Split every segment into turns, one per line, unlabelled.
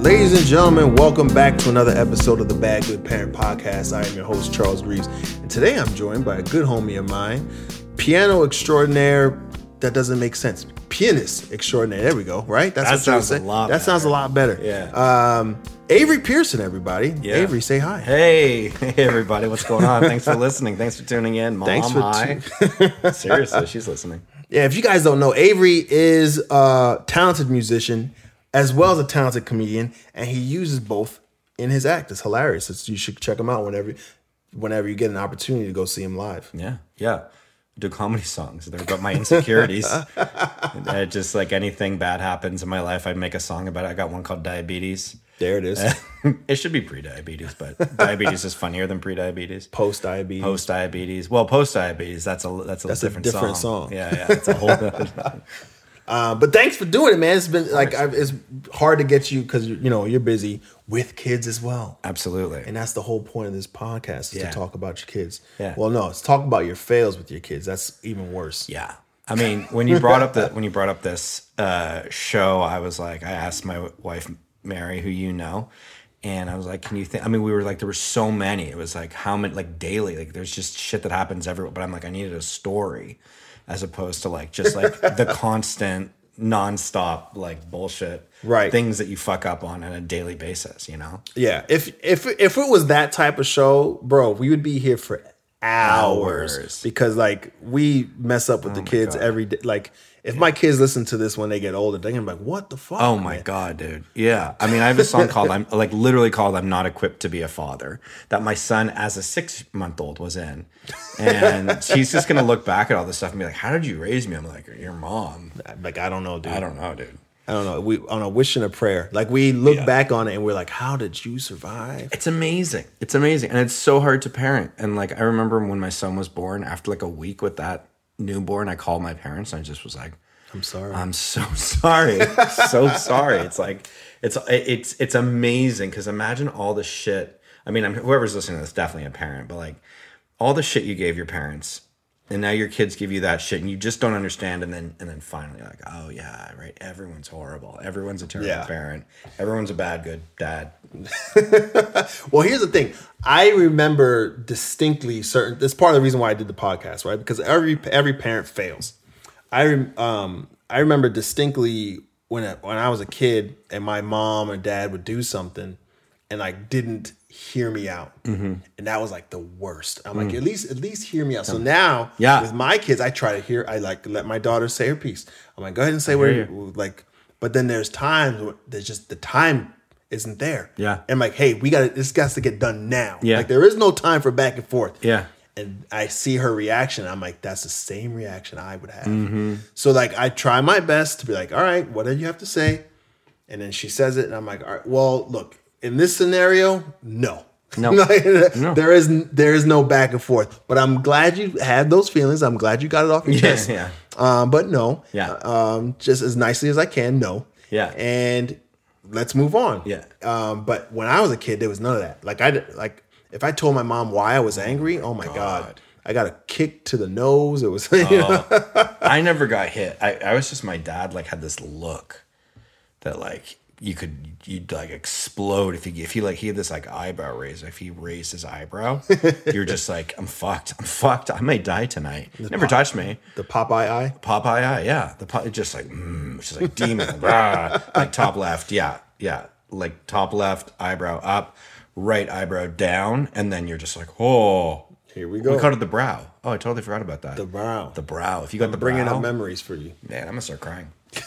Ladies and gentlemen, welcome back to another episode of the Bad Good Parent Podcast. I am your host, Charles Reeves. And today I'm joined by a good homie of mine, piano extraordinaire. That doesn't make sense. Pianist extraordinaire. There we go, right? That's
That
what I'm
sounds a
saying.
lot
That sounds a
better.
lot better.
Yeah.
Um, Avery Pearson, everybody.
Yeah.
Avery, say hi.
Hey, hey everybody, what's going on? Thanks for listening. Thanks for tuning in. Mom,
Thanks for
hi. Seriously, she's listening.
Yeah, if you guys don't know, Avery is a talented musician as well as a talented comedian, and he uses both in his act. It's hilarious. It's, you should check him out whenever, whenever you get an opportunity to go see him live.
Yeah, yeah. Do comedy songs. They're about my insecurities. Uh, just like anything bad happens in my life, I make a song about it. I got one called Diabetes.
There it is.
it should be pre-diabetes, but diabetes is funnier than pre-diabetes.
Post diabetes.
Post diabetes, well, post diabetes. That's a that's a
a
different,
different
song.
song.
Yeah, yeah, it's a whole.
Uh, but thanks for doing it, man. It's been like I, it's hard to get you because you know you're busy with kids as well.
Absolutely.
And that's the whole point of this podcast is
Yeah.
to talk about your kids.
Yeah.
Well, no, it's talk about your fails with your kids. That's even worse.
Yeah. I mean, when you brought up the when you brought up this uh, show, I was like, I asked my wife Mary, who you know, and I was like, "Can you think?" I mean, we were like, there were so many. It was like how many, like daily. Like there's just shit that happens everywhere. But I'm like, I needed a story, as opposed to like just like the constant, nonstop like bullshit,
Right.
Things that you fuck up on on a daily basis. You know,
Yeah, if if if it was that type of show, bro, we would be here for hours,
Hours. Oh
because like we mess up with the kids
God.
every day. Like if my kids listen to this when they get older, they're gonna be like, "What the fuck?"
Oh my god, dude. Yeah. I mean, I have a song called I'm like literally called I'm not equipped to be a father that my son as a 6-month-old was in. And she's just going to look back at all this stuff and be like, "How did you raise me?" I'm like, "Your mom."
Like I don't know, dude.
I don't know, dude.
I don't know. We on a wish and a prayer. Like we look
Yeah.
back on it and we're like, "How did you survive?"
It's amazing. It's amazing. And it's so hard to parent. And like I remember when my son was born, after like a week with that newborn, I called my parents and I just was like,
I'm sorry.
I'm so sorry. so sorry. It's like it's it's it's amazing because imagine all the shit. I mean, I'm, whoever's listening to this definitely a parent, but like all the shit you gave your parents, and now your kids give you that shit, and you just don't understand. And then and then finally, you're like, oh yeah, right. Everyone's horrible. Everyone's a terrible
Yeah.
parent. Everyone's a bad good dad.
Well, here's the thing. I remember distinctly certain. That's part of the reason why I did the podcast, right? Because every every parent fails. I rem- um I remember distinctly when I, when I was a kid and my mom or dad would do something and like didn't hear me out,
Mm-hmm.
and that was like the worst. I'm like, at least at least hear me out. So now,
Mm. Yeah.
with my kids, I try to hear. I like let my daughter say her piece. I'm like, go ahead and say what
hear
you like. But then there's times where there's just the time isn't there.
Yeah.
And I'm like, hey, we got to this has to get done now.
Yeah.
Like there is no time for back and forth.
Yeah.
And I see her reaction. I'm like, that's the same reaction I would have.
Mm-hmm.
So like I try my best to be like, all right, what do you have to say? And then she says it, and I'm like, all right, well, look, in this scenario, no.
No.
Like, There is there is no back and forth. But I'm glad you had those feelings. I'm glad you got it off your
Yeah,
chest.
yeah.
Um, but no.
Yeah.
Um, just as nicely as I can, no.
Yeah.
And let's move on.
Yeah.
Um, but when I was a kid, there was none of that. Like I did- like if I told my mom why I was angry, oh my god,
God. Oh.
I got a kick to the nose. It was you know?
I never got hit. I, I was just my dad like had this look that like you could you'd like explode if he if he like he had this like eyebrow raise. If he raised his eyebrow, you're just like I'm fucked. I'm fucked. I might die tonight. never touched me.
the Popeye eye.
Popeye eye, yeah. The pop, just like mm, she's like demon, rah, like top left, yeah, yeah, like top left eyebrow up, right eyebrow down, and then you're just like oh.
Here we
We
go.
called it the brow. Oh, I totally forgot about that. The
brow.
The brow. If you got the
Bringing
brow,
up memories for you.
Man, I'm gonna start crying.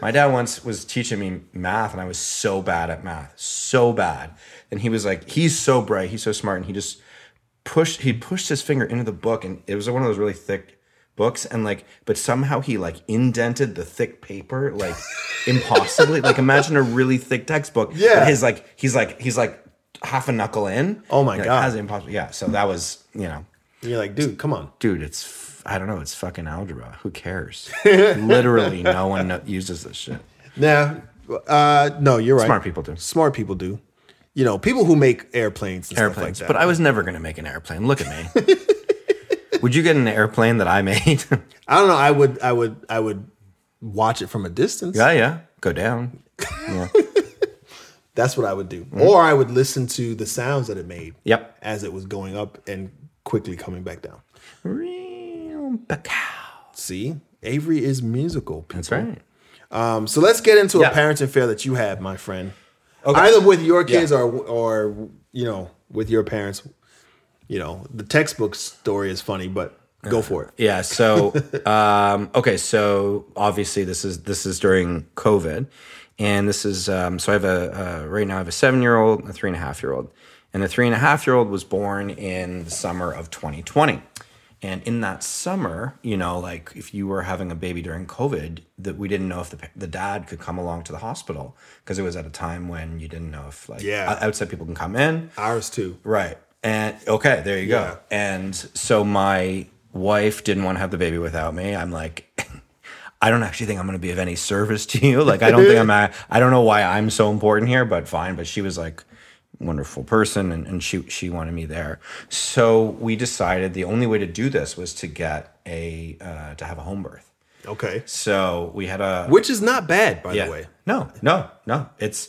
My dad once was teaching me math, and I was so bad at math, so bad. And he was like, he's so bright, he's so smart, and he just pushed he pushed his finger into the book, and it was one of those really thick books, and like, but somehow he like indented the thick paper like impossibly. like, imagine a really thick textbook.
Yeah.
but his like he's like he's like half a knuckle in.
Oh my
You're like,
God.
how's it impossible? Yeah, so that was you know
And you're like, dude, come on.
dude, it's f- I don't know, it's fucking algebra. Who cares? Literally, no one kno- uses this shit.
Nah. Uh, no, you're right.
Smart people do
Smart people do. You know, people who make airplanes and
airplanes,
stuff like
but
that.
I was never gonna make an airplane. Look at me. Would you get an airplane that I made?
I don't know. I would, I would, I would watch it from a distance.
yeah, yeah. Go down. Yeah.
That's what I would do. Or I would listen to the sounds that it made
Mm-hmm. Yep.
as it was going up and quickly coming back down.
Real Bacow.
See, Avery is musical. people.
That's right.
Um, so let's get into
Yeah.
a parenting fail that you had, my friend.
Okay.
Either with your kids or or you know with your parents. You know the textbook story is funny, but go for it.
Yeah. So, um, okay. So obviously, this is this is during COVID, and this is um, so I have a uh, right now I have a seven year old, and a three and a half year old, and the three and a half year old was born in the summer of 2020, and in that summer, you know, like if you were having a baby during COVID, that we didn't know if the pa- the dad could come along to the hospital because it was at a time when you didn't know if like
Yeah.
o- outside people can come in.
Ours too.
Right. And okay, there
Yeah.
you go. And so my wife didn't want to have the baby without me. I'm like, I don't actually think I'm going to be of any service to you. Like, I don't think I'm, a, I don't know why I'm so important here, but fine. But she was like, wonderful person and, and she she wanted me there so we decided the only way to do this was to get a uh, to have a home birth
Okay,
so we had a
which is not bad by
yeah.
the way.
no no no it's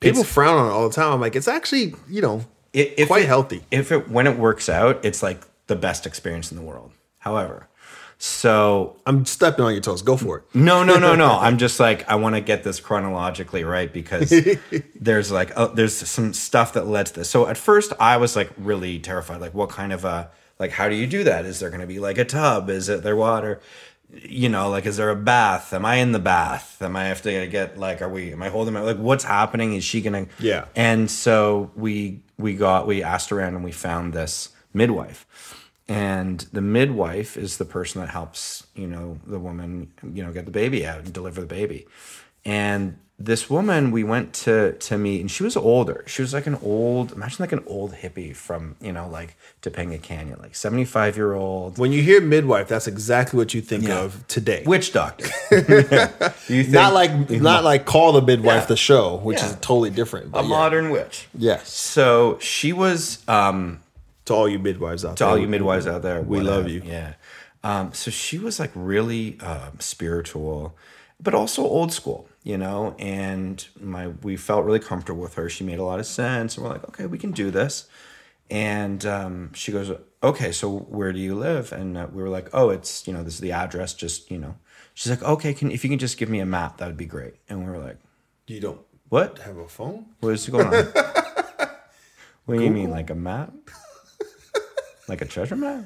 People
it's-
frown on it all the time. I'm like, it's actually you know
it, if
quite
it-
healthy.
If it when it works out, it's like the best experience in the world. However, so
I'm stepping on your toes. Go for it.
no, no, no, no. I'm just like I want to get this chronologically right because there's like oh, there's some stuff that led to this. So at first I was like really terrified. Like what kind of a like how do you do that? Is there going to be like a tub? Is it there water? You know, like is there a bath? Am I in the bath? Am I have to get like are we? Am I holding my like what's happening? Is she gonna
Yeah.
and so we we got we asked around and we found this midwife. And the midwife is the person that helps, you know, the woman, you know, get the baby out and deliver the baby. And this woman we went to to meet and she was older. She was like an old, imagine like an old hippie from, you know, like Topanga Canyon, like 75 year old
When you hear midwife, that's exactly what you think
Yeah.
of today.
witch doctor. you think
not like not like call the midwife
Mm-hmm. Yeah.
the show, which
Yeah.
is totally different.
a
But yeah.
modern witch.
Yes.
So she was um
To all you midwives out
to
there.
all you midwives out there, we
love you.
Yeah. Um, so she was like really um, spiritual, but also old school, you know. And my we felt really comfortable with her. She made a lot of sense, and we're like, okay, we can do this. And um, she goes, okay, so where do you live? And uh, we were like, oh, it's you know this is the address. Just you know, she's like, okay, can if you can just give me a map, that would be great. And we were like,
You don't
what?
have a phone?
What is going on? what do you mean, like a map? like a treasure map?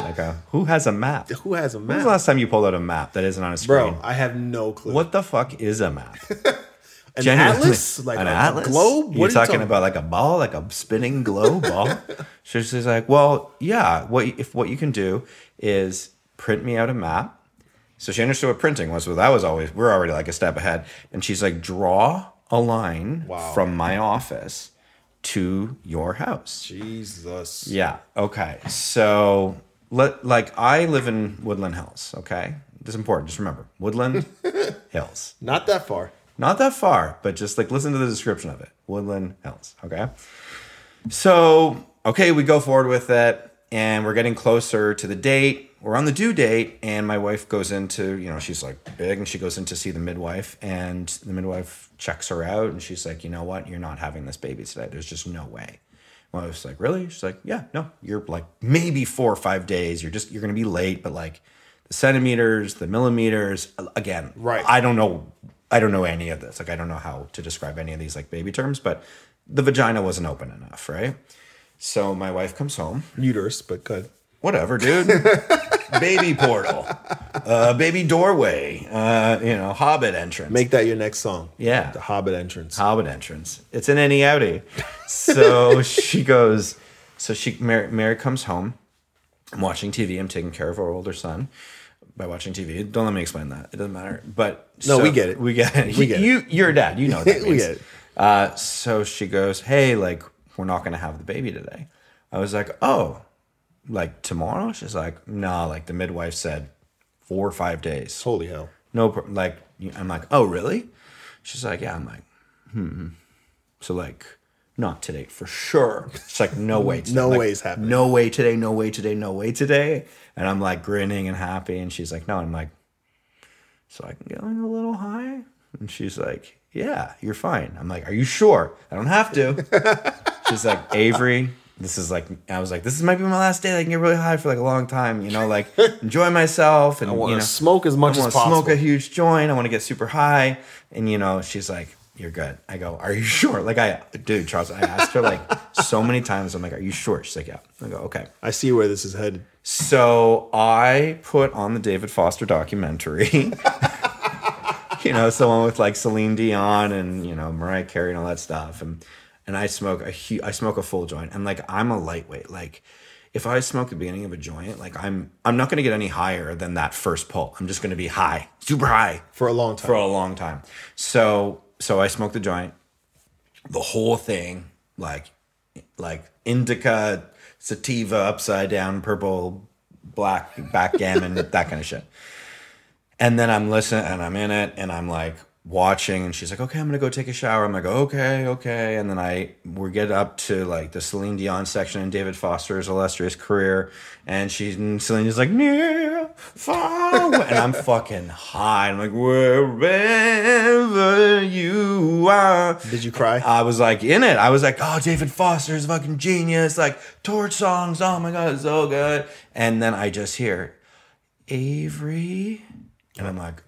like a who has a map? When
Who has a
was
map?
the last time you pulled out a map that isn't on a screen?
Bro, I have no clue.
What the fuck is a map?
An
Genuinely.
atlas? Like
an
a
atlas?
globe?
You're
What are you
talking
talking-
about like a ball, like a spinning globe ball. so she's like, "Well, yeah. What if what you can do is print me out a map." So she understood what printing was. Well, that was always we're already like a step ahead. And she's like, "Draw a line
Wow.
from my office to your house."
Jesus.
Yeah. Okay. So let like I live in Woodland Hills. Okay, this is important. Just remember Woodland Hills.
Not that far.
Not that far, but just like listen to the description of it. Woodland Hills. Okay. So, okay, we go forward with it and we're getting closer to the date. We're on the due date, and my wife goes into, you know, she's like big and she goes in to see the midwife, and the midwife checks her out and she's like, you know what? You're not having this baby today. There's just no way. My wife's like, really? She's like, yeah, no, you're like maybe four or five days. You're just, you're going to be late, but like the centimeters, the millimeters, again,
Right.
I don't know. I don't know any of this. Like, I don't know how to describe any of these like baby terms, but the vagina wasn't open enough, right? So my wife comes home.
Uterus, but good.
Whatever, dude. baby portal, uh, baby doorway, uh, you know, hobbit entrance.
Make that your next song.
Yeah.
The Hobbit entrance.
Hobbit entrance. It's an any outie. So she goes. So she Mary, Mary comes home. I'm watching TV. I'm taking care of our older son by watching TV. Don't let me explain that. It doesn't matter. But
No, we get it.
We get it.
We get it.
You, you're a dad. You know what that
We
means.
get it.
Uh, so she goes, "Hey, like we're not going to have the baby today." I was like, "Oh, like tomorrow?" She's like, "Nah." Like the midwife said, four or five days
Holy hell.
no pro- like you- i'm like oh really she's like yeah i'm like hmm so like not today for sure it's like no way today.
No
Like,
way's happening.
no way today no way today no way today and i'm like grinning and happy and she's like no i'm like so i can get like a little high and she's like yeah, you're fine. I'm like, are you sure? I don't have to. She's like, Avery, this is like, I was like, this might be my last day. I can get really high for like a long time, you know, like enjoy myself. And
I want
you know,
to smoke as much
I
as
want to smoke
possible.
a huge joint. I want to get super high. And you know, she's like, "You're good." I go, "Are you sure?" Like I, dude, Charles, I asked her like so many times. I'm like, "Are you sure?" She's like, "Yeah." I go, "Okay."
I see where this is headed.
So I put on the David Foster documentary. you know, someone with like Celine Dion and you know Mariah Carey and all that stuff, and and I smoke a hu- I smoke a full joint, and like I'm a lightweight. Like if I smoke the beginning of a joint, like I'm I'm not gonna get any higher than that first pull. I'm just gonna be high, super high
for a long time.
for a long time. So so I smoked the joint, the whole thing, like like indica, sativa, upside down, purple, black, backgammon, that kind of shit. And then I'm listening and I'm in it and I'm like watching and she's like, okay, I'm gonna go take a shower. I'm like, okay, okay. And then I we get up to like the Celine Dion section in David Foster's illustrious career. And she's and Celine is like, near far away. and I'm fucking high. I'm like, wherever you are.
Did you cry?
I was like in it. I was like, oh, David Foster is fucking genius. Like torch songs. Oh my god, it's so good. And then I just hear Avery, and I'm like,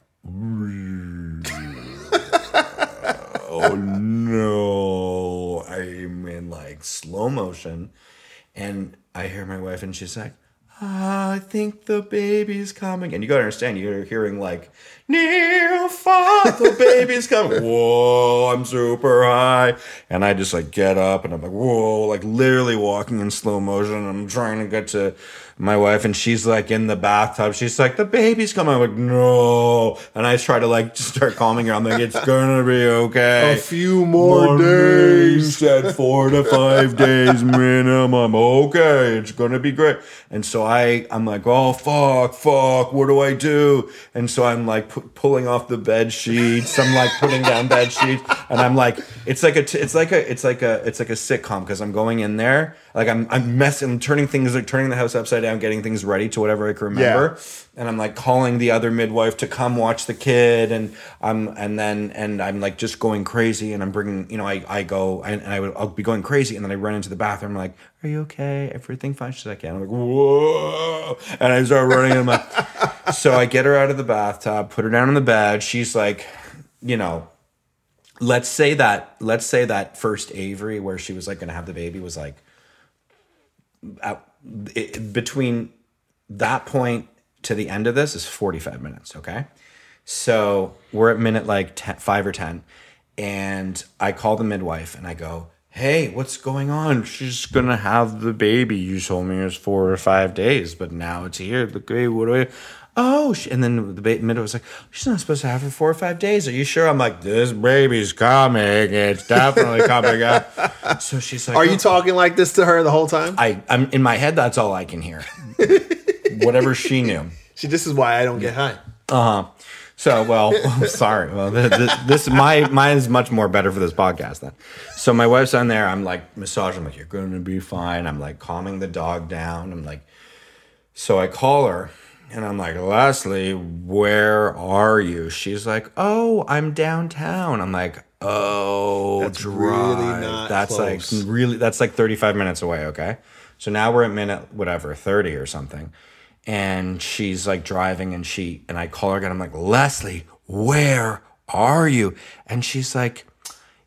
oh no, I'm in like slow motion, and I hear my wife, and she's like. I think the baby's coming, and you gotta understand. You're hearing like near far, the baby's coming. Whoa, I'm super high, and I just like get up, and I'm like whoa, like literally walking in slow motion. And I'm trying to get to my wife, and she's like in the bathtub. She's like the baby's coming. I'm like no, and I try to like just start calming her. I'm like it's gonna be okay.
a few more days.
At four to five days minimum. Okay, it's gonna be great. And so I, I'm like, oh fuck, fuck, what do I do? And so I'm like pu- pulling off the bed sheets. I'm like putting down bed sheets, and I'm like, it's like a, t- it's like a, it's like a, it's like a sitcom because I'm going in there, like I'm, I'm messing, I'm turning things, like turning the house upside down, getting things ready to whatever I can remember and I'm like calling the other midwife to come watch the kid, and I'm and then and I'm like just going crazy, and I'm bringing you know I I go and, and I would I'll be going crazy, and then I run into the bathroom, I'm like, are you okay? Everything fine? She's like, yeah. I'm like, whoa, and I start running, and I'm like, so I get her out of the bathtub, put her down on the bed. She's like, you know, let's say that let's say that first Avery where she was like going to have the baby was like out, it, between that point to the end of this is 45 minutes okay so we're at minute like 10, 5 or 10 and i call the midwife and i go hey what's going on she's gonna have the baby you told me it was four or five days but now it's here the baby what do i oh sh-" and then the ba- midwife's like she's not supposed to have her four or five days are you sure i'm like this baby's coming it's definitely coming up so she's like
Are
"Oh."
you talking like this to her the whole time?
I, I'm in my head. That's all I can hear. Whatever she knew.
See, this is why I don't get high.
Uh huh. So well, sorry. Well, th- th- this my mine is much more better for this podcast then. So my wife's on there. I'm like massaging. I'm like you're going to be fine. I'm like calming the dog down. I'm like, so I call her and I'm like, Leslie, where are you? She's like, oh, I'm downtown. I'm like, oh,
That's really
drive.
not
that's
close.
like really, that's like 35 minutes away. Okay. So now we're at minute, whatever, 30 or something. And she's like driving and she, and I call her again. I'm like, Leslie, where are you? And she's like,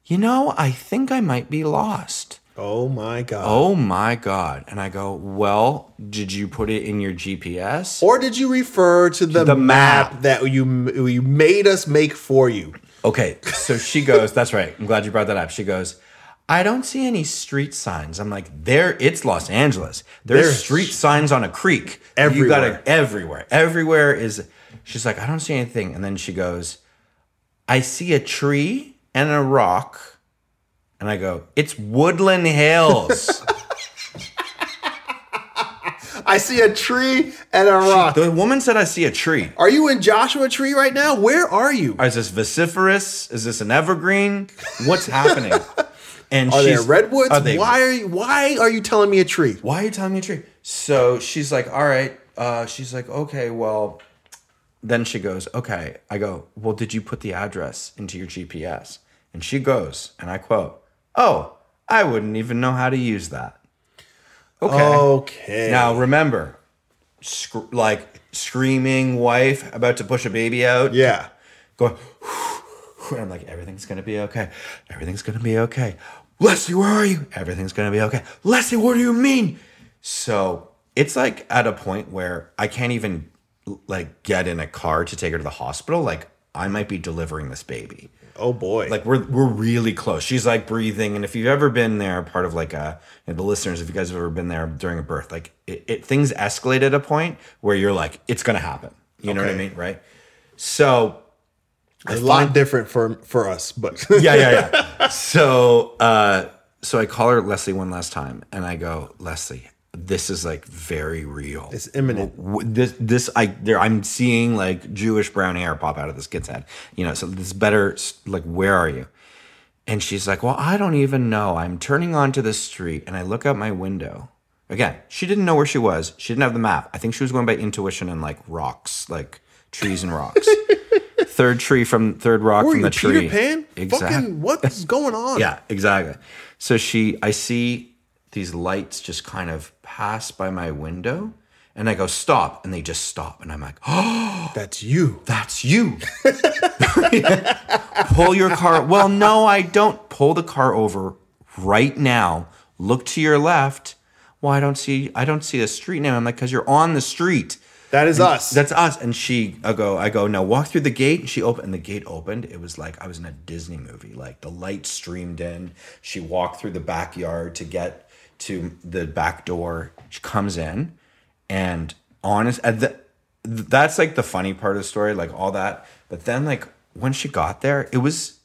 you know, I think I might be lost.
Oh my god.
Oh my God. And I go, Well, did you put it in your GPS?
Oh. Or did you refer to the,
The
map.
map.
that you you made us make for you?
Okay. So she goes, That's right. I'm glad you brought that up. She goes, I don't see any street signs. I'm like, there, it's Los Angeles. There's,
There's
street signs on a creek. You
Everywhere.
gotta, everywhere. Everywhere is, she's like, I don't see anything. And then she goes, I see a tree and a rock. And I go, It's Woodland Hills.
I see a tree and a rock.
the woman said, I see a tree.
Are you in Joshua Tree right now? Where are you?
Is this vociferous? Is this an evergreen? What's happening? And
Are there
she's,
redwoods?
Are they-
why are you why are you telling me a tree?
Why are you telling me a tree? So she's like, all right. Uh, she's like, okay, well. Then she goes, okay. I go, well, did you put the address into your GPS? And she goes, and I quote, Oh, I wouldn't even know how to use that. Okay.
Oh, Okay.
Now remember, sc- like screaming wife about to push a baby out.
yeah.
Going, and I'm like, everything's gonna be okay. Everything's gonna be okay. Leslie, where are you? Everything's gonna be okay. Leslie, what do you mean? So it's like at a point where I can't even like get in a car to take her to the hospital. Like I might be delivering this baby
Oh boy.
like we're we're really close. She's like breathing, and if you've ever been there, part of like a and the listeners, if you guys have ever been there during a birth, like it, it things escalate at a point where you're like, it's gonna happen. You know what I
Okay.
mean, right? So
a lot different for for us, but
yeah, yeah, yeah. so uh, so I call her Leslie one last time, and I go, Leslie, this is like very real.
it's imminent.
W- this this I there I'm seeing like Jewish brown hair pop out of this kid's head. You know, so this better s- like where are you? And she's like, "Well, I don't even know. I'm turning onto the street and I look out my window." Again, she didn't know where she was. She didn't have the map. I think she was going by intuition and like rocks, like trees and rocks. third tree from third rock
Were
from
you
the
Peter
tree.
Pan?
Exactly.
Fucking what's going on?
Yeah, exactly. So she, I see these lights just kind of pass by my window, and I go stop, and they just stop, and I'm like, oh,
That's you.
that's you. Pull your car. Well, no, I don't. Pull the car over right now. Look to your left. Well, I don't see. I don't see a street name. I'm like, because you're on the street.
That is us.
That's us. And she, I go, I go, now walk through the gate. And she opened, and the gate opened. It was like I was in a Disney movie. Like the light streamed in. She walked through the backyard to get to the back door. She comes in, and honest, at the, that's like the funny part of the story, like all that. But then, like when she got there, it was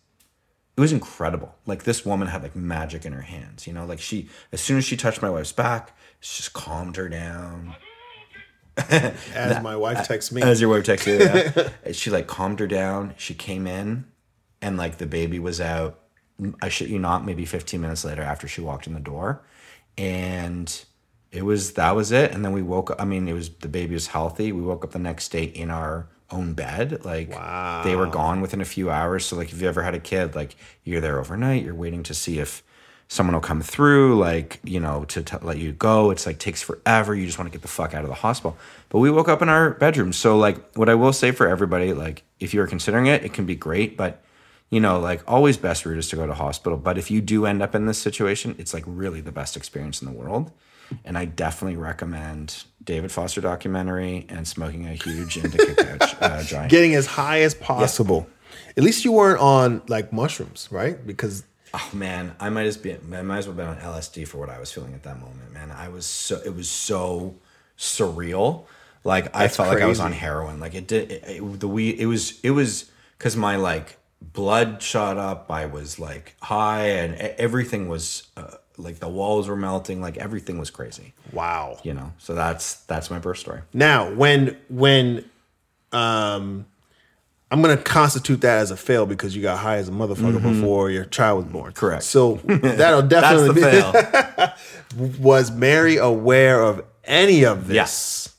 it was incredible. Like this woman had like magic in her hands, you know. Like she, as soon as she touched my wife's back, she just calmed her down.
as my wife texts me.
As your wife texted you, yeah. And she like calmed her down. She came in, and like the baby was out. I shit you not, maybe 15 minutes later after she walked in the door, and it was that was it. And then we woke up. I mean, it was the baby was healthy. We woke up the next day in our own bed. Like they were gone within a few hours. So like if you ever had a kid, like you're there overnight. You're waiting to see if someone will come through like you know to t- let you go it's like takes forever you just want to get the fuck out of the hospital but we woke up in our bedroom so like what i will say for everybody like if you're considering it it can be great but you know like always best route is to go to hospital but if you do end up in this situation it's like really the best experience in the world and i definitely recommend david foster documentary and smoking a huge indica couch uh, giant
Getting as high as possible. At least you weren't on like mushrooms, right? Because
Oh man, I might as be I might as well been on LSD for what I was feeling at that moment, man. I was so it was so surreal. Like I felt like I was
crazy.
on heroin. Like it did it, it, the we it was it was cuz my like blood shot up. I was like high and e- everything was uh, like the walls were melting, like everything was crazy,
wow.
you know. So that's that's my birth story.
Now, when when um I'm gonna constitute that as a fail because you got high as a motherfucker before your child was born.
Mm-hmm. Correct.
So that'll
That's
definitely
the
be
fail.
was Mary aware of any of this?
Yes.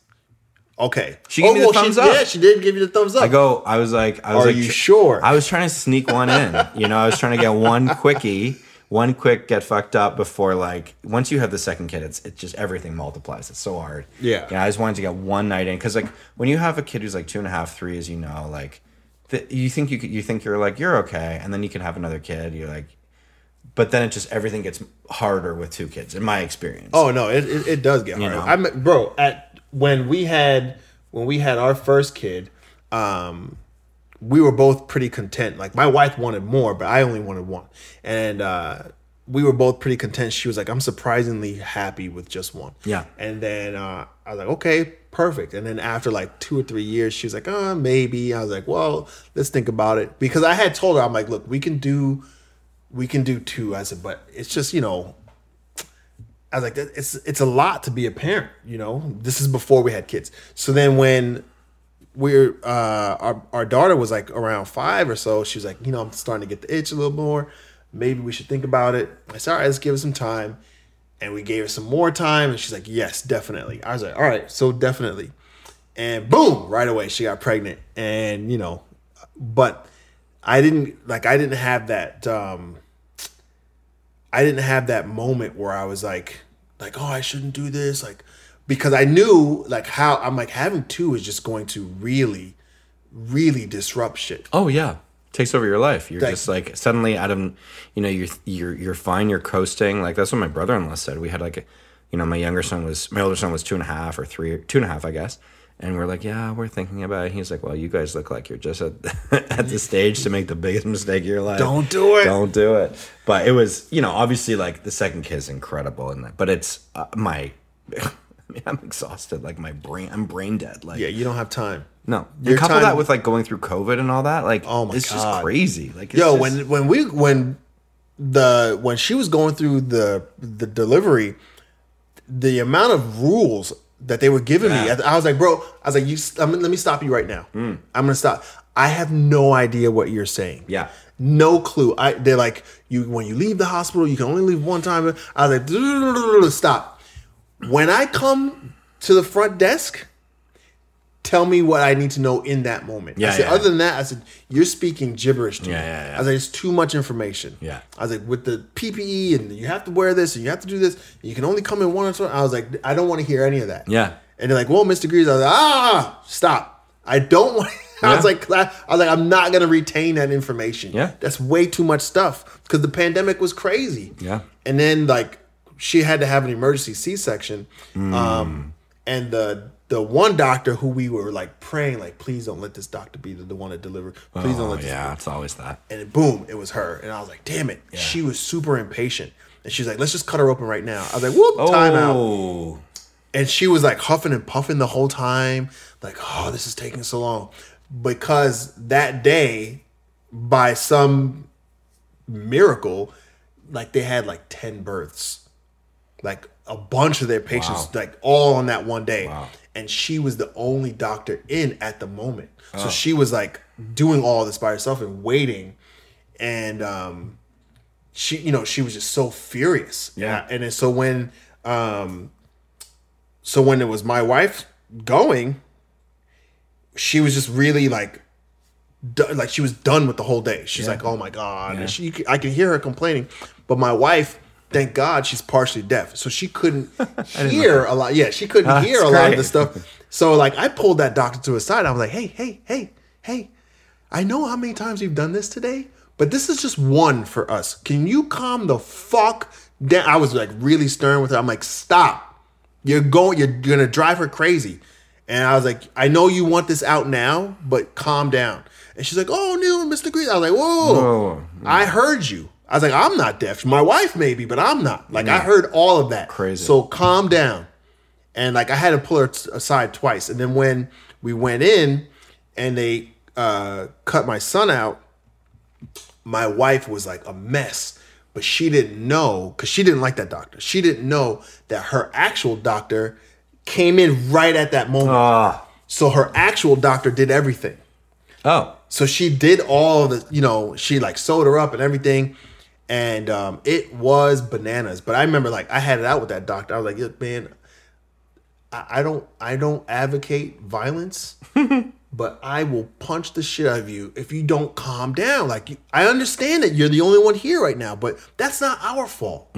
Okay. Oh,
She gave me the thumbs
she,
up.
Yeah, she did give you the thumbs up.
I go. I was like, I was
Are
like,
you sure?
I was trying to sneak one in. You know, I was trying to get one quickie, one quick get fucked up before like once you have the second kid, it's it's just everything multiplies. It's so hard.
Yeah.
Yeah. I just wanted to get one night in because like when you have a kid who's like two and a half, three, as you know, like th- you think you could, you think you're like you're okay, and then you can have another kid. You're like, but then it just everything gets harder with two kids, in my experience.
Oh no, it, it, it does get hard.
know.
I'm bro at when we had when we had our first kid, um, we were both pretty content. Like my wife wanted more, but I only wanted one, and uh, we were both pretty content. She was like, "I'm surprisingly happy with just one."
Yeah.
and then uh, I was like, "Okay, perfect." And then after like two or three years, she was like, "Uh, maybe." I was like, "Well, let's think about it," because I had told her, "I'm like, look, we can do." We can do two. I said, but it's just you know I was like, "That- it's it's a lot to be a parent, you know. This is before we had kids. So then when we're uh our, our daughter was like around five or so, she was like, you know, I'm starting to get the itch a little more. Maybe we should think about it. I said, all right, let's give it some time. And we gave her some more time, and she's like, yes, definitely. I was like, all right, so definitely. And boom, right away she got pregnant. And you know, but I didn't like I didn't have that um I didn't have that moment where I was like like oh I shouldn't do this like because I knew like how I'm like having two is just going to really really disrupt shit.
Oh yeah, takes over your life. You're just like suddenly out of, you know, you're you're you're fine. You're coasting. Like that's what my brother-in-law said. We had like, a, you know, my younger son was my older son was two and a half or three two and a half, I guess. And we're like, yeah, we're thinking about it. He's like, well, you guys look like you're just at, at the stage to make the biggest mistake of your life.
Don't do it.
Don't do it. But it was, you know, obviously like the second kid is incredible in that, but it's uh, my, I mean, I'm exhausted. Like my brain, I'm brain dead. Like
Yeah, you don't have time.
no, you
Your
couple
time-
that with like going through COVID and all that, like
Oh my
it's just
God.
crazy. Like it's
Yo,
just-
when when we when the when she was going through the the delivery, the amount of rules that they were giving
Yeah. Mm.
me, I, I was like, bro, I was like, you, s- I'm, let me stop you right now. I'm gonna stop. I have no idea what you're saying.
Yeah.
no clue. I they're like you when you leave the hospital, you can only leave one time. I was like, stop. When I come to the front desk, tell me what I need to know in that moment.
Yeah,
I said,
yeah.
other than that, I said, you're speaking gibberish to
Yeah,
me.
yeah, yeah.
I was like, it's too much information.
Yeah.
I was like, with the PPE and you have to wear this and you have to do this, and you can only come in one or two. I was like, I don't want to hear any of that.
Yeah.
And they're like, well, Mr. Grease, I was like, ah, stop. I don't want I was
Yeah.
like, I was like, I'm not gonna retain that information.
Yeah.
That's way too much stuff. Cause the pandemic was crazy.
Yeah.
And then like she had to have an emergency C section.
Mm.
Um and the the one doctor who we were like praying, like, please don't let this doctor be the, the one that delivered. Please don't
Oh,
let this
yeah, it's always that.
and it- boom, it was her. And I was like, damn it. She was super impatient. And she's like, let's just cut her open right now. I was like, whoop, time out.
oh,
And she was like huffing and puffing the whole time, like, oh, this is taking so long. Because that day, by some miracle, like they had like 10 births. Like a bunch of their patients,
Wow.
like all on that one day.
Wow.
And she was the only doctor in at the moment. So she was like doing all this by herself and waiting. And um she, you know, she was just so furious.
Yeah.
And then so when um so when it was my wife going, she was just really like do- like she was done with the whole day. She's like, "Oh my god!" And she, I can hear her complaining, but my wife, thank God, she's partially deaf, so she couldn't hear a lot. Yeah, she couldn't
Ah,
hear a
that's
lot of
great.
the stuff. So like, I pulled that doctor to his side. I was like, "Hey, hey, hey, hey! I know how many times you've done this today, but this is just one for us. Can you calm the fuck down?" I was like really stern with her. I'm like, "Stop! You're going. You're gonna drive her crazy." And I was like, "I know you want this out now, but calm down." And she's like, "Oh, no, Mr. Green." I was like, "Whoa,
Whoa.
I heard you." I was like, "I'm not deaf. My wife maybe, but I'm not." Like I heard all of that.
Crazy.
So calm down. And like I had to pull her t- aside twice. And then when we went in, and they uh, cut my son out, my wife was like a mess, but she didn't know because she didn't like that doctor. She didn't know that her actual doctor came in right at that moment.
ah,
so her actual doctor did everything.
oh,
So she did all the, you know, she like sewed her up and everything. And um, it was bananas. But I remember like I had it out with that doctor. I was like, look, man, I, I don't I don't advocate violence, but I will punch the shit out of you if you don't calm down. Like you, I understand that you're the only one here right now, but that's not our fault.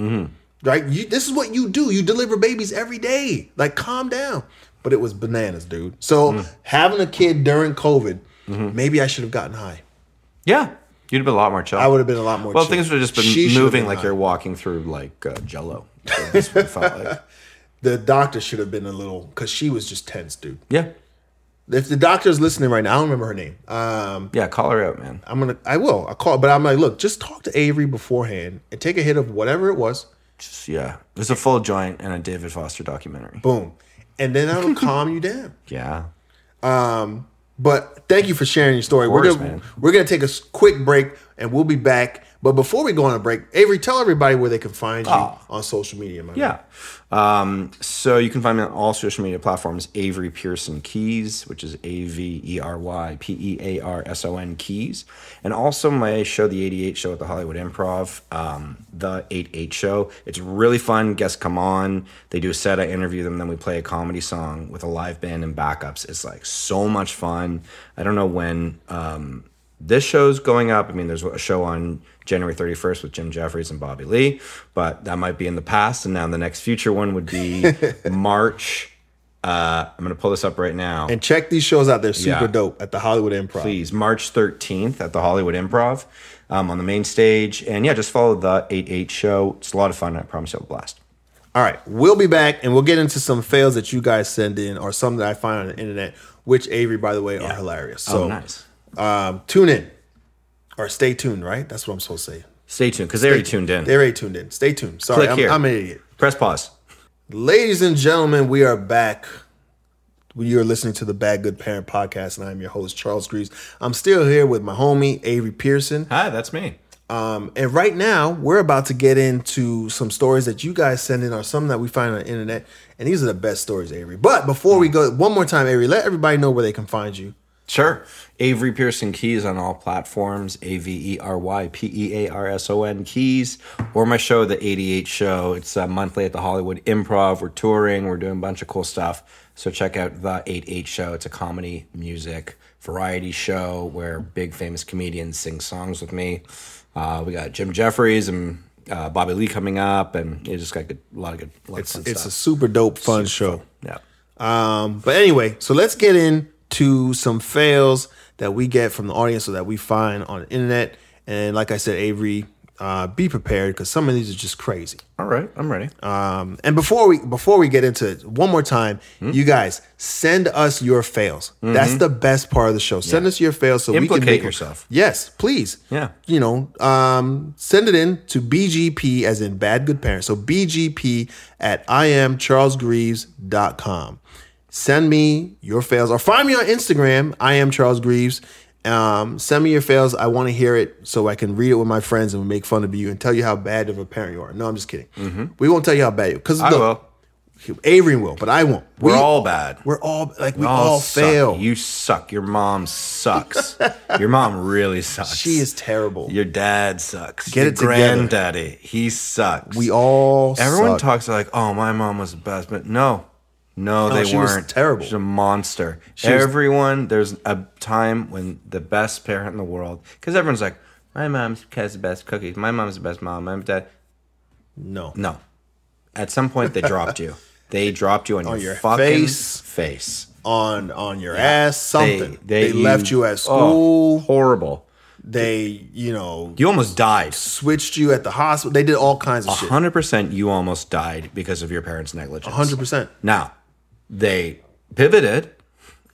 Right? You, this is what you do. You deliver babies every day. Like, calm down. But it was bananas, dude. So
Mm-hmm.
having a kid during COVID, maybe I should have gotten high.
yeah. You'd have been a lot more chill.
I would have been a lot more.
Well,
chill.
things would have just been
She should have
moving
been
like
high.
you're walking through like uh, Jello. That's what it felt like.
The doctor should have been a little because she was just tense, dude.
Yeah,
If the doctor's listening right now, I don't remember her name. Um,
yeah. Call her out, man.
I'm gonna, I will, I will call, but I'm like, look, just talk to Avery beforehand and take a hit of whatever it was.
Just yeah. There's a full joint and a David Foster documentary.
Boom, and then that'll calm you down.
Yeah.
But thank you for sharing your story.
course,
we're gonna
man.
we're gonna take a s- quick break and we'll be back. But before we go on a break, Avery, tell everybody where they can find you on social media, man.
Ah. Yeah. Um, so you can find me on all social media platforms Avery Pearson Keys, which is A V E R Y P E A R S O N Keys. And also my show, The 88 Show at the Hollywood Improv, um, The 88 Show. It's really fun. Guests come on, they do a set, I interview them, then we play a comedy song with a live band and backups. It's like so much fun. I don't know when. Um, this show's going up. I mean, there's a show on January 31st with Jim Jeffries and Bobby Lee, but that might be in the past. And now the next future one would be March. Uh, I'm going to pull this up right now.
And check these shows out. They're super
Yeah.
dope at the Hollywood Improv.
Please, March 13th at the Hollywood Improv um, on the main stage. And yeah, just follow the 8 8 show. It's a lot of fun. I promise you'll have a blast.
All right, we'll be back and we'll get into some fails that you guys send in or some that I find on the internet, which Avery, by the way, are hilarious. So
oh, nice.
um, tune in or stay tuned, right? That's what I'm supposed to say.
Stay tuned because they already tuned in.
They're already tuned in. Stay tuned. Sorry,
Click
I'm,
here.
I'm an idiot.
Press pause.
Ladies and gentlemen, we are back. You're listening to the Bad Good Parent podcast, and I'm your host, Charles Greaves. I'm still here with my homie, Avery Pearson.
Hi, that's me.
Um, and right now, we're about to get into some stories that you guys send in or some that we find on the internet. And these are the best stories, Avery. But before we go, one more time, Avery, let everybody know where they can find you.
Sure. Avery Pearson Keys on all platforms, A V E R Y P E A R S O N Keys, or my show, The 88 Show. It's uh, monthly at the Hollywood Improv. We're touring, we're doing a bunch of cool stuff. So check out The 88 Show. It's a comedy, music, variety show where big famous comedians sing songs with me. Uh, we got Jim Jeffries and uh, Bobby Lee coming up, and you just got good, a lot of good, a lot of fun
It's a
stuff.
super dope, fun show.
yeah.
Um, but anyway, so let's get into some fails that we get from the audience or that we find on the internet. And like I said, Avery, uh, be prepared because some of these are just crazy.
All right, I'm ready.
Um, and before we before we get into it, one more time,
Hmm?
you guys send us your fails. That's the best part of the show. Send us your fails so we can
Mm-hmm. Implicate
make 'em-
yourself.
Yes, please.
Yeah.
You know, um, send it in to BGP as in bad good parents. So BGP at iamcharlesgreaves.com. Send me your fails or find me on Instagram. I am Charles Greaves. Um, send me your fails. I want to hear it so I can read it with my friends and make fun of you and tell you how bad of a parent you are. No, I'm just kidding. We won't tell you how bad you because
Mm-hmm. I will.
Avery will, but I won't.
We're
We-
all bad.
we're all like we
Oh,
all
suck.
fail.
You suck. Your mom sucks. Your mom really sucks.
She is terrible.
Your dad sucks.
Get
Your
it together.
granddaddy, he sucks.
We all
Everyone
suck.
talks like, "Oh, my mom was the best," but no, no, they
she was
weren't.
terrible.
She's a monster.
was-
everyone, there's a time when the best parent in the world, because everyone's like, "My mom has the best cookies. My mom's the best mom. My dad."
no.
No, at some point they dropped you. They dropped you on, your,
your
fucking
face.
face.
on on your ass something. They, left you at
oh,
school.
horrible.
They you know
You almost died.
switched you at the hospital. They did all kinds of shit.
Hundred percent. You almost died because of your parents' negligence.
Hundred percent.
Now, they pivoted,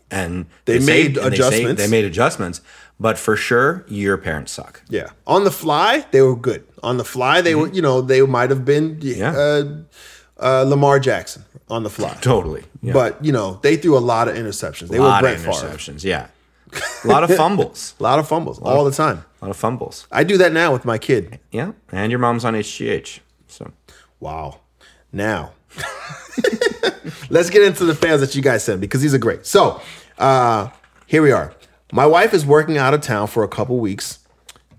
and they,
made
saved- and they saved-
adjustments.
They, made adjustments, but for sure, your parents suck.
Yeah. On the fly, they were good. On the fly, they were you know they might have been uh, uh, Lamar Jackson on the fly.
Totally. Yeah.
But you know they threw a lot of interceptions. They
a
were
lot of
Brett Favre.
interceptions. Yeah, a lot of fumbles.
A lot of fumbles all the time.
A lot of fumbles.
I do that now with my kid.
Yeah, and your mom's on HGH. So
Wow. Now, let's get into the fails that you guys sent because these are great. So, uh, here we are. My wife is working out of town for a couple weeks.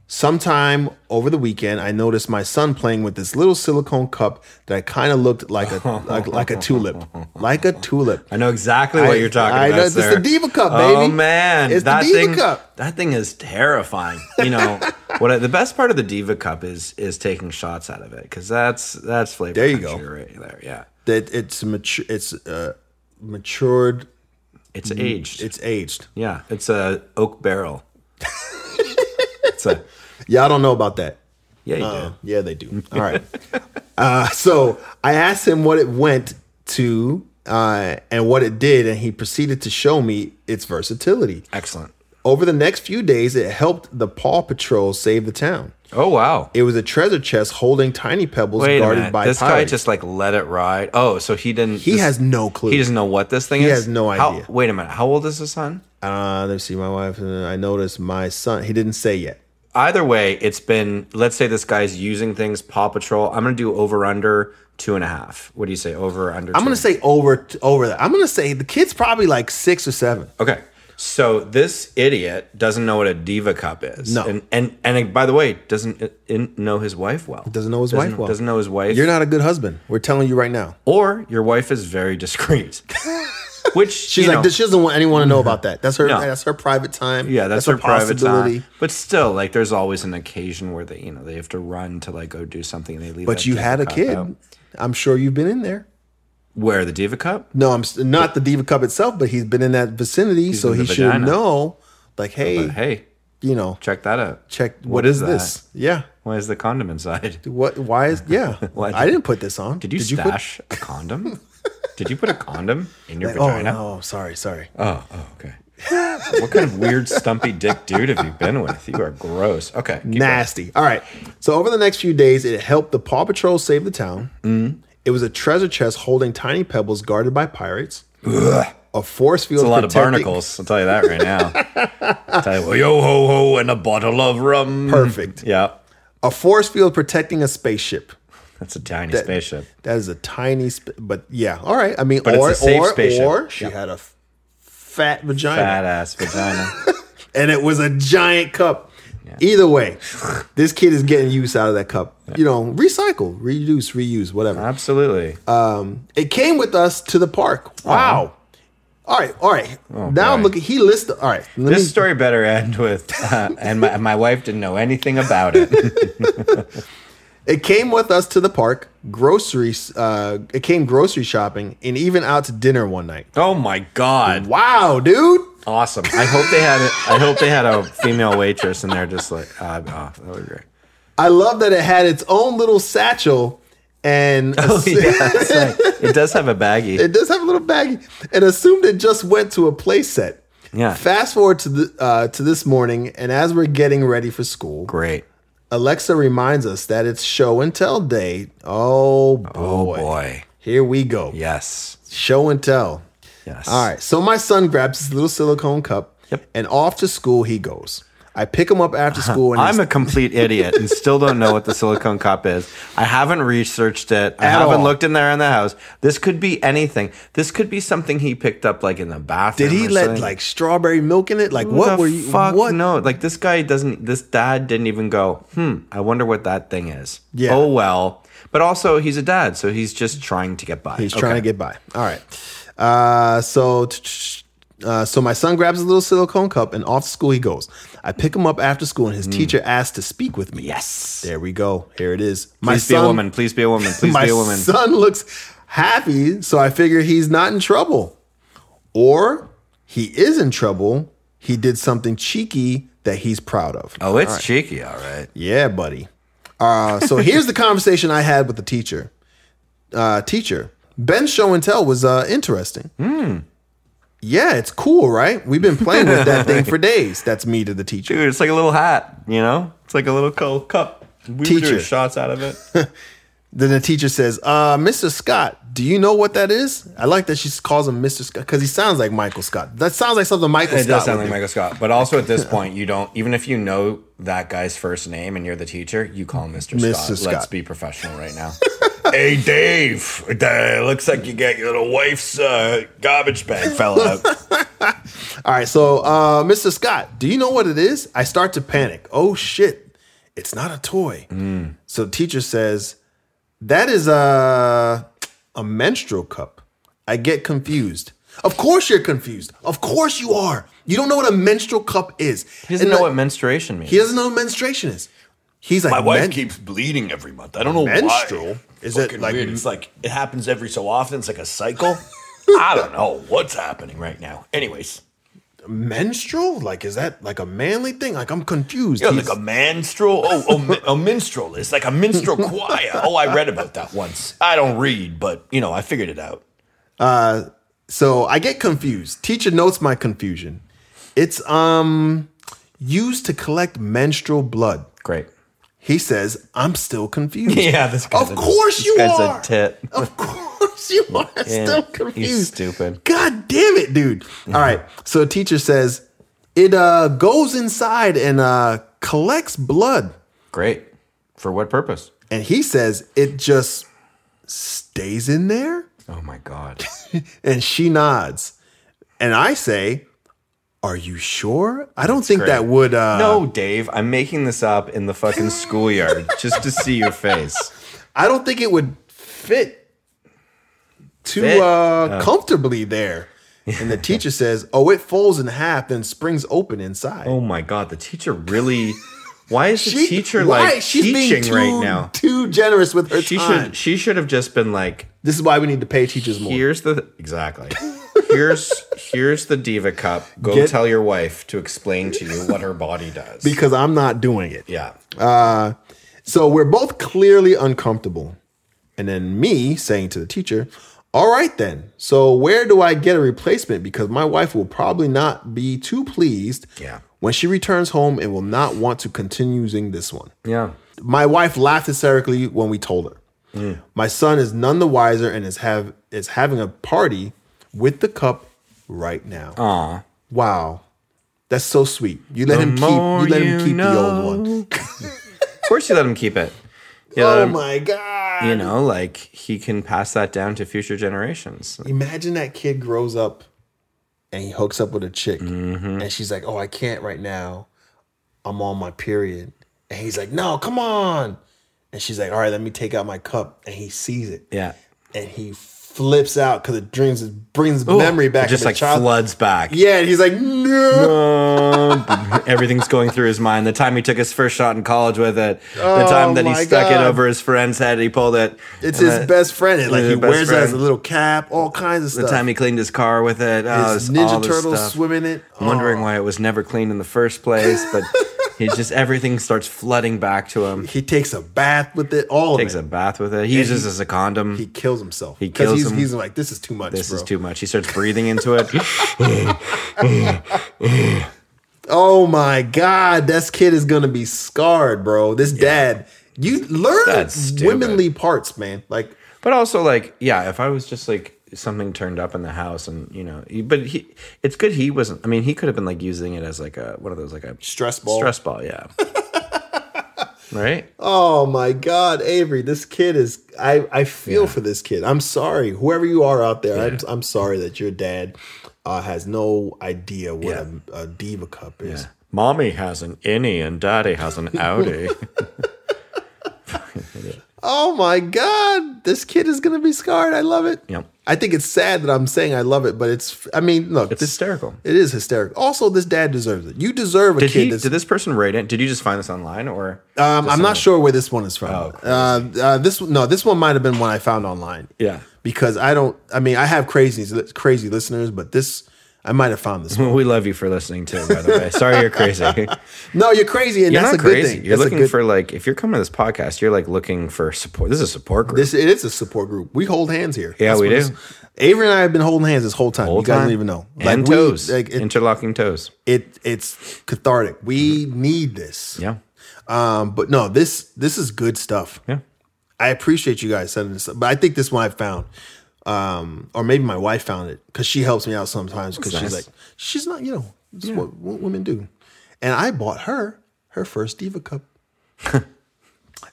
Sometime over the weekend, I noticed my son playing with this little silicone cup that kind of looked like a like, like a tulip, like a tulip.
I know exactly what
I-
you're talking
I
about.
know. It's the
sir.
Diva Cup,
Oh
baby.
man,
It's the
that
Diva
thing,
Cup.
That thing is terrifying. You know what? I, the best part of the Diva Cup is is taking shots out of it because that's that's flavor.
There you
country right there. Yeah,
That it's mature, it's uh, matured,
it's
Mm-hmm.
aged.
it's aged.
yeah, it's a oak barrel. it's a
Y'all don't know about that.
yeah. You
Uh,
do.
yeah, they do. All right. Uh, so I asked him what it went to uh, and what it did, and he proceeded to show me its versatility.
Excellent.
Over the next few days, it helped the Paw Patrol save the town.
Oh wow.
It was a treasure chest holding tiny pebbles
Wait a
guarded
minute.
by
This guy
pirates.
just like let it ride. Oh, so he didn't.
he has no clue.
He doesn't know what this thing is.
has no
How-
idea.
wait a minute. How old is his son?
uh, let's see, my wife. uh, I noticed my son. He didn't say yet.
either way, it's been let's say this guy's using things Paw Patrol. I'm gonna do over under two and a half. What do you say? Over under.
I'm gonna say over t- over that. I'm gonna say the kid's probably like six or seven.
Okay. So this idiot doesn't know what a diva cup is.
No.
And and and by the way, doesn't in, know his wife well.
Doesn't know his wife well.
Doesn't know his wife.
You're not a good husband. We're telling you right now.
or your wife is very discreet. Which
She's
you
like,
know, Mm-hmm.
she doesn't want anyone to know about that. That's her.
No.
That's her private time.
Yeah, that's,
a
her private
possibility.
time. But still, like, there's always an occasion where they, you know, they have to run to like go do something. And they leave.
But
that
you
Diva
had a
Cup
kid.
out.
I'm sure you've been in there.
Where the diva cup?
No, I'm s- not the diva cup itself, but he's been in that vicinity, so
in
he
the
should
vagina.
know. Like, hey,
Hey,
you know,
check that out.
check
what is this?
Yeah.
Why is the condom inside?
What? Why is? Yeah.
Why-
I didn't put this on.
Did you
put-
stash a condom? Did you put a condom in your
Oh
vagina?
no! Sorry, sorry.
Oh, oh, okay. what kind of weird stumpy dick dude have you been with? You are gross. Okay. keep going.
Nasty. All right. So over the next few days, it helped the Paw Patrol save the town. It was a treasure chest holding tiny pebbles guarded by pirates. A force field.
A lot of
protecting-
barnacles. I'll tell you that right now. I'll tell you, yo ho ho, and a bottle of rum.
Perfect.
Yeah,
A force field protecting a spaceship.
that's a tiny spaceship.
That is a tiny, sp- but yeah. All right. I mean,
But it's
or
a safe
or
spaceship.
or she had a f- fat vagina,
Badass vagina.
and it was a giant cup. Either way, this kid is getting use out of that cup. You know, recycle, reduce, reuse, whatever.
Absolutely.
It came with us to the park. Wow. All right, all right. now I'm
Oh, boy.
looking. He lists. All right, let me-
this story better end with, uh, and my, my wife didn't know anything about it.
it came with us to the park, groceries. Uh, it came grocery shopping and even out to dinner one night.
oh my god.
Wow, dude.
Awesome. I hope they had it. I hope they had a female waitress, and they're just like, uh, oh, that would be great.
I love that it had its own little satchel, and
Oh yeah, it's like- it does have a baggie.
it does have a little baggie. And assumed it just went to a play set.
Yeah.
Fast forward to the uh, to this morning, and as we're getting ready for school,
great.
Alexa reminds us that it's show and tell day. Oh boy.
Oh boy.
Here we go.
Yes.
Show and tell.
Yes.
All right. So my son grabs his little silicone cup
Yep. Uh-huh.
and off to school he goes. I pick him up after school and
I'm
he's-
a complete idiot and still don't know what the silicone cup is. I haven't researched it. I
At
haven't
all.
looked in there in the house. This could be anything. This could be something he picked up like in the bathroom.
did he
or
let
something.
like strawberry milk in it? Like
Who
what
the
were you
Fuck
what
No, like this guy doesn't. This dad didn't even go. Hmm. I wonder what that thing is.
Yeah.
Oh well. But also, he's a dad, so he's just trying to get by.
He's trying to get by. All right. Uh, so, uh, so my son grabs a little silicone cup and off to school he goes. I pick him up after school and his teacher asks to speak with me.
Mm. Yes.
There we go. Here it is. My
Please be a woman. Please be a woman. Please
my
be a woman.
son looks happy, so I figure he's not in trouble, or he is in trouble. He did something cheeky that he's proud of.
oh, it's cheeky. All right.
Yeah, buddy. Uh, so here's the conversation I had with the teacher. Uh, teacher, Ben's show and tell was uh, interesting. Yeah, it's cool, right? We've been playing with that thing for days. That's me to the teacher.
Dude, it's like a little hat, you know? It's like a little cold cup. We were
Teacher.
doing shots out of it.
Then the teacher says, uh, Mr. Scott, do you know what that is? I like that she calls him Mr. Scott because he sounds like Michael Scott. That sounds like something Michael
It
Scott
does sound
would
like
do.
Michael Scott. But also at this point, you don't, even if you know that guy's first name and you're the teacher, you call him Mr.
Mr.
Scott. Let's
Scott.
be professional right now. hey, Dave. Uh, looks like you got your little wife's uh, garbage bag fell out.
All right, so uh, Mr. Scott, do you know what it is? I start to panic. Oh shit, it's not a toy.
Mm.
So the teacher says, that is a a menstrual cup. I get confused. Of course you're confused. Of course you are. You don't know what a menstrual cup is.
He doesn't know what menstruation means.
he doesn't know what menstruation is. He's like,
My wife
"Men-
keeps bleeding every month. I don't know
menstrual.
why.
Is it
Fucking
like-
weird. it's like it happens every so often? It's like a cycle. I don't know what's happening right now. Anyways,
menstrual? Like, is that like a manly thing? Like, I'm confused.
you know,
He's-
like a minstrel. Oh, oh, mi- a minstrel. It's like a minstrel choir. Oh, I read about that once. I don't read, but you know, I figured it out.
So I get confused. Teacher notes my confusion. It's um used to collect menstrual blood.
Great.
He says, I'm still confused.
Yeah, this guy's
Of
a-
course
this
you
guy's a
are.
tit.
Of course you are still confused.
stupid.
God damn it, dude. All right. So teacher says, it uh goes inside and uh collects blood.
Great. For what purpose?
And he says it just stays in there.
Oh my God.
And she nods. And I say, Are you sure? I don't think that would. Uh,
No, Dave, I'm making this up in the fucking schoolyard just to see your face.
I don't think it would fit too
Fit?
Uh, comfortably there. And the teacher says, "Oh, it folds in half, then springs open inside."
Oh my god, the teacher really. Why is the
She-
teacher
why?
like teaching
too,
right now?
Too generous with her
She
time.
should she should have just been like,
this is why we need to pay teachers more.
here's the exactly. Here's here's the diva cup. Go
Get-
tell your wife to explain to you what her body does.
because I'm not doing it.
yeah.
So we're both clearly uncomfortable. And then me saying to the teacher, All right, then. So where do I get a replacement? Because my wife will probably not be too pleased
Yeah.
when she returns home and will not want to continue using this one.
Yeah.
My wife laughed hysterically when we told her.
Mm.
My son is none the wiser and is have is having a party with the cup right now.
Aw.
Wow. That's so sweet. You let him keep
more
you let
you
him keep the
know.
old one.
Of course you let him keep it. You let
Oh
him-
my god.
you know, like he can pass that down to future generations.
Imagine that kid grows up and he hooks up with a chick
Mm-hmm.
and she's like, Oh, I can't right now. I'm on my period. And he's like, No, come on. And she's like, All right, let me take out my cup. And he sees it.
Yeah.
And he flips out because it brings it brings memory back.
It just
of his
like
child-
floods back.
Yeah, and he's like, No.
Um, everything's going through his mind. The time he took his first shot in college with it, the
Oh
time that he
my
stuck
God.
it over his friend's head, he pulled it.
It's
And
his
the-
best friend. And like
his
he
best
wears it as a
friend.
little cap, all kinds of
The
stuff.
time he cleaned his car with it. Oh,
His
it's all
Ninja
this
Turtles
stuff. Mm-hmm.
swim in it. Oh.
Wondering why it was never cleaned in the first place, but he just everything starts flooding back to him.
He takes a bath with it. All
Takes
of it.
a bath with it. He uses
he-
it as a condom.
he kills himself. He
kills
he's,
him.
He's like, this is too much.
this
bro.
is too much. He starts breathing into it.
Oh my God, this kid is gonna be scarred, bro. This dad, you learn
That's stupid.
womanly parts, man. Like,
But also, like, yeah, if I was just like something turned up in the house, and you know, he- but he, it's good he wasn't. I mean, he could have been like using it as like a one of those like a
Stress ball.
stress ball, yeah. right?
oh my God, Avery, this kid is. I I feel for this kid. I'm sorry, whoever you are out there. I'm I'm sorry that your dad uh, has no idea what a, a diva cup is.
Mommy has an innie and daddy has an outie.
Oh my God, this kid is gonna be scarred. I love it.
Yep.
I think it's sad that I'm saying I love it, but it's. I mean, look,
It's
this
hysterical.
it is hysterical. Also, this dad deserves it. You deserve a
Did
kid.
he?
that's
Did this person rate it? Did you just find this online or?
Um, I'm not sure where this one is
Oh,
from. uh, uh, this no, this one might have been one I found online.
Yeah.
because I don't. I mean, I have crazy crazy listeners, but this I might have found this. one.
we love you for listening too. By the way, sorry you're crazy. You're
No, you're crazy, and that's
not
a good
crazy.
thing.
You're
That's
looking
a good,
for like if you're coming to this podcast, you're like looking for support. This is a support group.
this. It is a support group. We hold hands here.
Yeah,
what
we
it
do.
is. Avery and I have been holding hands this whole time. you guys don't even know.
and
we-
toes,
like it,
interlocking toes.
it, it's cathartic. We need this.
Yeah,
Um, but no, this this is good stuff.
yeah.
I appreciate you guys sending this, but I think this one I found, um, or maybe my wife found it because she helps me out sometimes because she's
nice.
like, she's not, you know, this is what, what women do, and I bought her her first diva cup,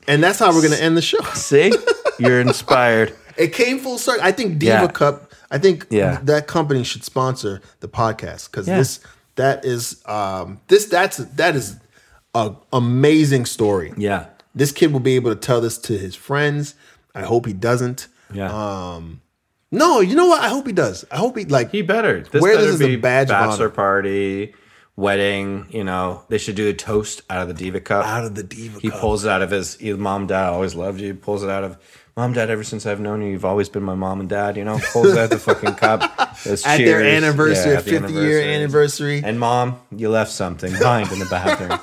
and that's how we're gonna end the show.
See, you're inspired.
It came full circle. I think diva
Yeah.
cup. I think
Yeah.
that company should sponsor the podcast because
Yeah.
this that is um this that's that is a amazing story
Yeah,
this kid will be able to tell this to his friends. I hope he doesn't.
yeah.
Uh, No, you know what? I hope he does. I hope he like
he better. This
where
better
this is a
be
badge of
bachelor
honor.
party, wedding. You know, they should do a toast out of the diva cup.
out of the diva
he
cup.
pulls it out of his his mom, dad. I always loved you. He pulls it out of mom, dad. Ever since I've known you, you've always been my mom and dad. You know, pulls out the fucking cup. Let's
at their
cheers.
anniversary,
Yeah, at the
50 year
anniversary.
anniversary.
And mom, you left something behind in the bathroom.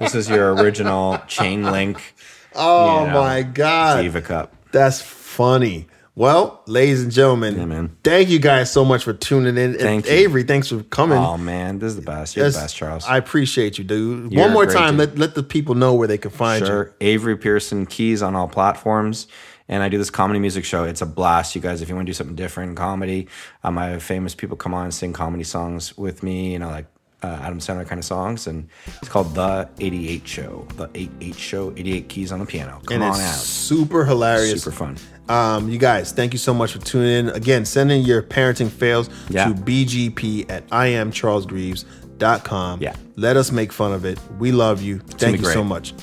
this is your original chain link.
oh
Yeah.
my god,
Diva Cup.
that's funny. Well, ladies and gentlemen,
man.
thank you guys so much for tuning in. And
Thank you.
Avery, thanks for coming.
Oh man, this is the best. You're the
That's-
best, Charles.
I appreciate you, dude.
You're
One
a
more
great
time,
dude.
let, let the people know where they can find you.
sure. Avery Pearson Keys on all platforms. And I do this comedy music show. It's a blast, you guys. If you want to do something different in comedy, um, I have famous people come on and sing comedy songs with me, you know, like uh, Adam Sandler kind of songs. And it's called The 88 Show. The 88 Show, 88 Keys on the Piano. Come
And
on
it's
out.
super hilarious.
Super fun.
Um, you guys, thank you so much for tuning in. Again, send in your parenting fails
Yeah.
to bgp at iamcharlesgreaves.com.
Yeah.
Let us make fun of it. We love you.
gonna
Thank
be
you so
great.
much.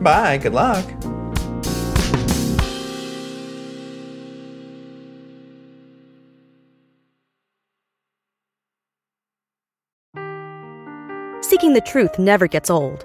Bye. Good luck.
Seeking the truth never gets old.